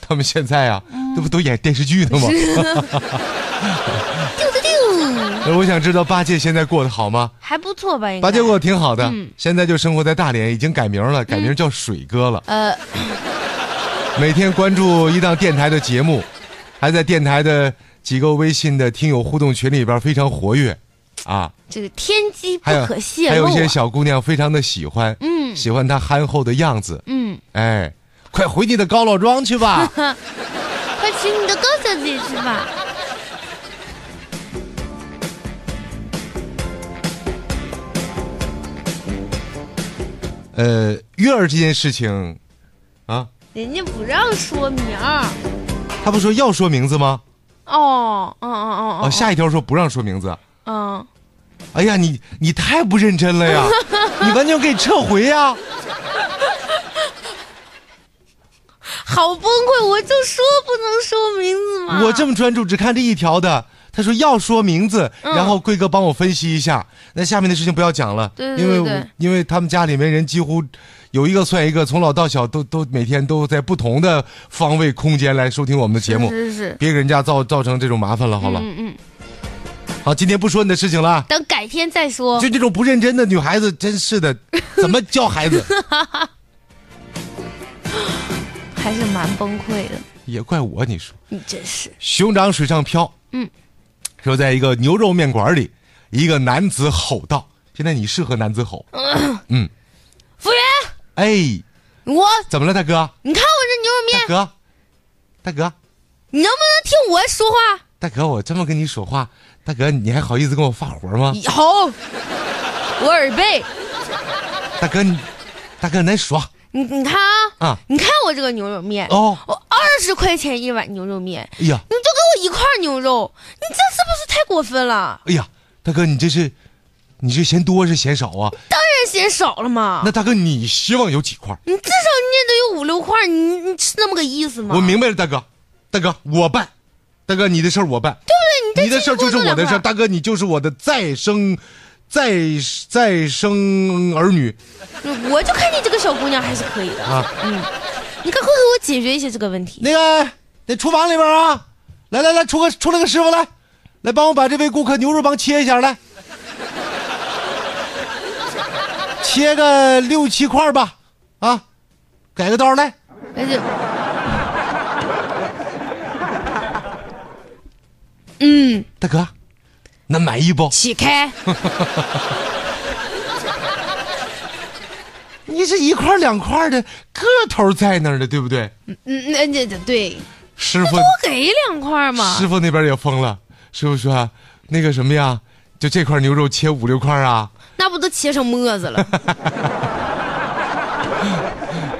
[SPEAKER 3] 他们现在啊，这不都演电视剧呢吗？
[SPEAKER 4] 丢丢丢，
[SPEAKER 3] 我想知道八戒现在过得好吗？
[SPEAKER 4] 还不错吧？应该
[SPEAKER 3] 八戒过得挺好的，现在就生活在大连，已经改名了，改名叫水哥了。
[SPEAKER 4] 呃，
[SPEAKER 3] 每天关注一档电台的节目，还在电台的几个微信的听友互动群里边非常活跃，啊，
[SPEAKER 4] 这个天机不
[SPEAKER 3] 还有
[SPEAKER 4] 可泄
[SPEAKER 3] 还
[SPEAKER 4] 露
[SPEAKER 3] 有一些
[SPEAKER 4] 啊。
[SPEAKER 3] 小姑娘非常的喜欢，嗯，喜欢他憨厚的样子。
[SPEAKER 4] 嗯，
[SPEAKER 3] 哎，快回你的高老庄去
[SPEAKER 4] (laughs)
[SPEAKER 3] 吧。
[SPEAKER 4] 快娶你的高小姐去吧。
[SPEAKER 3] 呃，月儿这件事情，啊，
[SPEAKER 4] 人家不让说名儿。
[SPEAKER 3] 他不说要说名字吗？
[SPEAKER 4] 哦，嗯嗯嗯
[SPEAKER 3] 啊，
[SPEAKER 4] 嗯，
[SPEAKER 3] 下一条说不让说名字。
[SPEAKER 4] 嗯，
[SPEAKER 3] 哎呀，你你太不认真了
[SPEAKER 4] (laughs)
[SPEAKER 3] 呀！你完全可以撤回呀。
[SPEAKER 4] 好崩溃！我就说不能说名字嘛。
[SPEAKER 3] 我这么专注，只看这一条的。他说要说名字，
[SPEAKER 4] 嗯
[SPEAKER 3] 然后贵哥帮我分析一下。那下面的事情不要讲了，
[SPEAKER 4] 对对
[SPEAKER 3] 因为
[SPEAKER 4] 对
[SPEAKER 3] 我因为他们家里面人几乎有一个算一个，从老到小都都每天都在不同的方位空间来收听我们的节目，
[SPEAKER 4] 是是是。
[SPEAKER 3] 别给人家造造成这种麻烦了。好了，
[SPEAKER 4] 嗯嗯，哦
[SPEAKER 3] 好，今天不说你的事情了。
[SPEAKER 4] 等改天再说。
[SPEAKER 3] 就这种不认真的女孩子，真是的，怎么教孩子？ (laughs)
[SPEAKER 4] 还是蛮崩溃的，
[SPEAKER 3] 也怪我，你说。
[SPEAKER 4] 你真是。
[SPEAKER 3] 熊掌水上漂。
[SPEAKER 4] 嗯，
[SPEAKER 3] 说在一个牛肉面馆里，一个男子吼道：“现在你适合男子吼。
[SPEAKER 4] 服务员，
[SPEAKER 3] 哎，
[SPEAKER 4] 我，
[SPEAKER 3] 怎么了，大哥？
[SPEAKER 4] 你看我这牛
[SPEAKER 3] 大
[SPEAKER 4] 肉面，
[SPEAKER 3] 哥，大哥，
[SPEAKER 4] 你能不能听我说话？
[SPEAKER 3] 大哥，我这么跟你说话，大哥你还好意思跟我发火吗？
[SPEAKER 4] 好，我耳背，
[SPEAKER 3] 大哥你，大哥您说
[SPEAKER 4] 你你看啊，
[SPEAKER 3] 啊？
[SPEAKER 4] 你看我这个牛肉面，
[SPEAKER 3] 哦，
[SPEAKER 4] 我二十块钱一碗牛肉面，
[SPEAKER 3] 哎呀，
[SPEAKER 4] 你就给我一块牛肉，你这是不是太过分了？
[SPEAKER 3] 哎呀，大哥你这是，你是嫌多是嫌少啊？
[SPEAKER 4] 当然嫌少了嘛，
[SPEAKER 3] 那大哥你希望有几块？
[SPEAKER 4] 你至少你也得有五六块，你你是那么个意思吗？
[SPEAKER 3] 我明白了，大哥，大哥我办，大哥你的事儿我办。
[SPEAKER 4] 对不对？
[SPEAKER 3] 你的事儿就是我的事儿，大哥，你就是我的再生，再再生儿女
[SPEAKER 4] 儿，我就看你这个小姑娘还是可以的，嗯
[SPEAKER 3] 啊。
[SPEAKER 4] 你赶快给我解决一下这个问题。
[SPEAKER 3] 那个，那厨房里边啊，来来来，出个出来个师傅来，来帮我把这位顾客牛肉帮切一下来，切个六七块儿吧，啊，改个刀来，
[SPEAKER 4] 而且，嗯，
[SPEAKER 3] 大哥，那满意不？
[SPEAKER 4] 起开，
[SPEAKER 3] 你是一块儿两块儿的，个头在那儿的，对不对？
[SPEAKER 4] 嗯，那那对，
[SPEAKER 3] 师傅。
[SPEAKER 4] 不给两块嘛。
[SPEAKER 3] 师傅那边也疯了，师傅说、那个什么呀，就这块牛肉切五六块啊，
[SPEAKER 4] 那不都切成沫子
[SPEAKER 3] 哎
[SPEAKER 4] 了？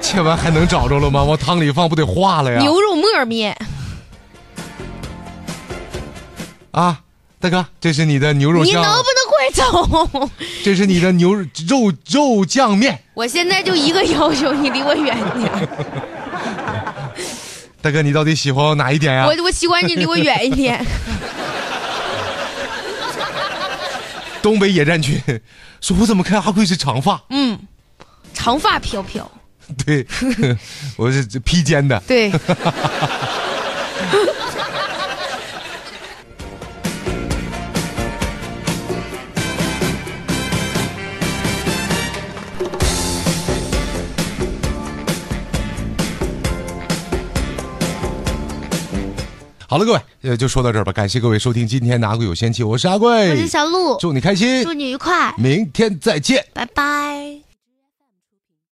[SPEAKER 3] 切完还能找着了吗？往汤里放不得化了呀？
[SPEAKER 4] 牛肉沫面，
[SPEAKER 3] 啊，大哥，这是你的牛肉
[SPEAKER 4] 你
[SPEAKER 3] 酱，啊
[SPEAKER 4] 能不能快走？ (laughs)
[SPEAKER 3] 这是你的牛肉肉肉酱面。
[SPEAKER 4] 我现在就一个要求，你离我远点儿。
[SPEAKER 3] 大哥，你到底喜欢我哪一点呀、
[SPEAKER 4] 我我喜欢你离我远一点。
[SPEAKER 3] 东北野战军 (laughs) 说，我怎么看阿贵是长发？
[SPEAKER 4] 嗯， (laughs) 长发飘飘。
[SPEAKER 3] (laughs) 对， (laughs) 我是这披肩的。
[SPEAKER 4] 对，
[SPEAKER 3] 好了，各位，呃，就说到这儿吧。感谢各位收听今天的阿贵有仙气，我是阿贵，
[SPEAKER 4] 我是小鹿，
[SPEAKER 3] 祝你开心
[SPEAKER 4] 祝，你愉快，
[SPEAKER 3] 明天再见。
[SPEAKER 4] 拜拜。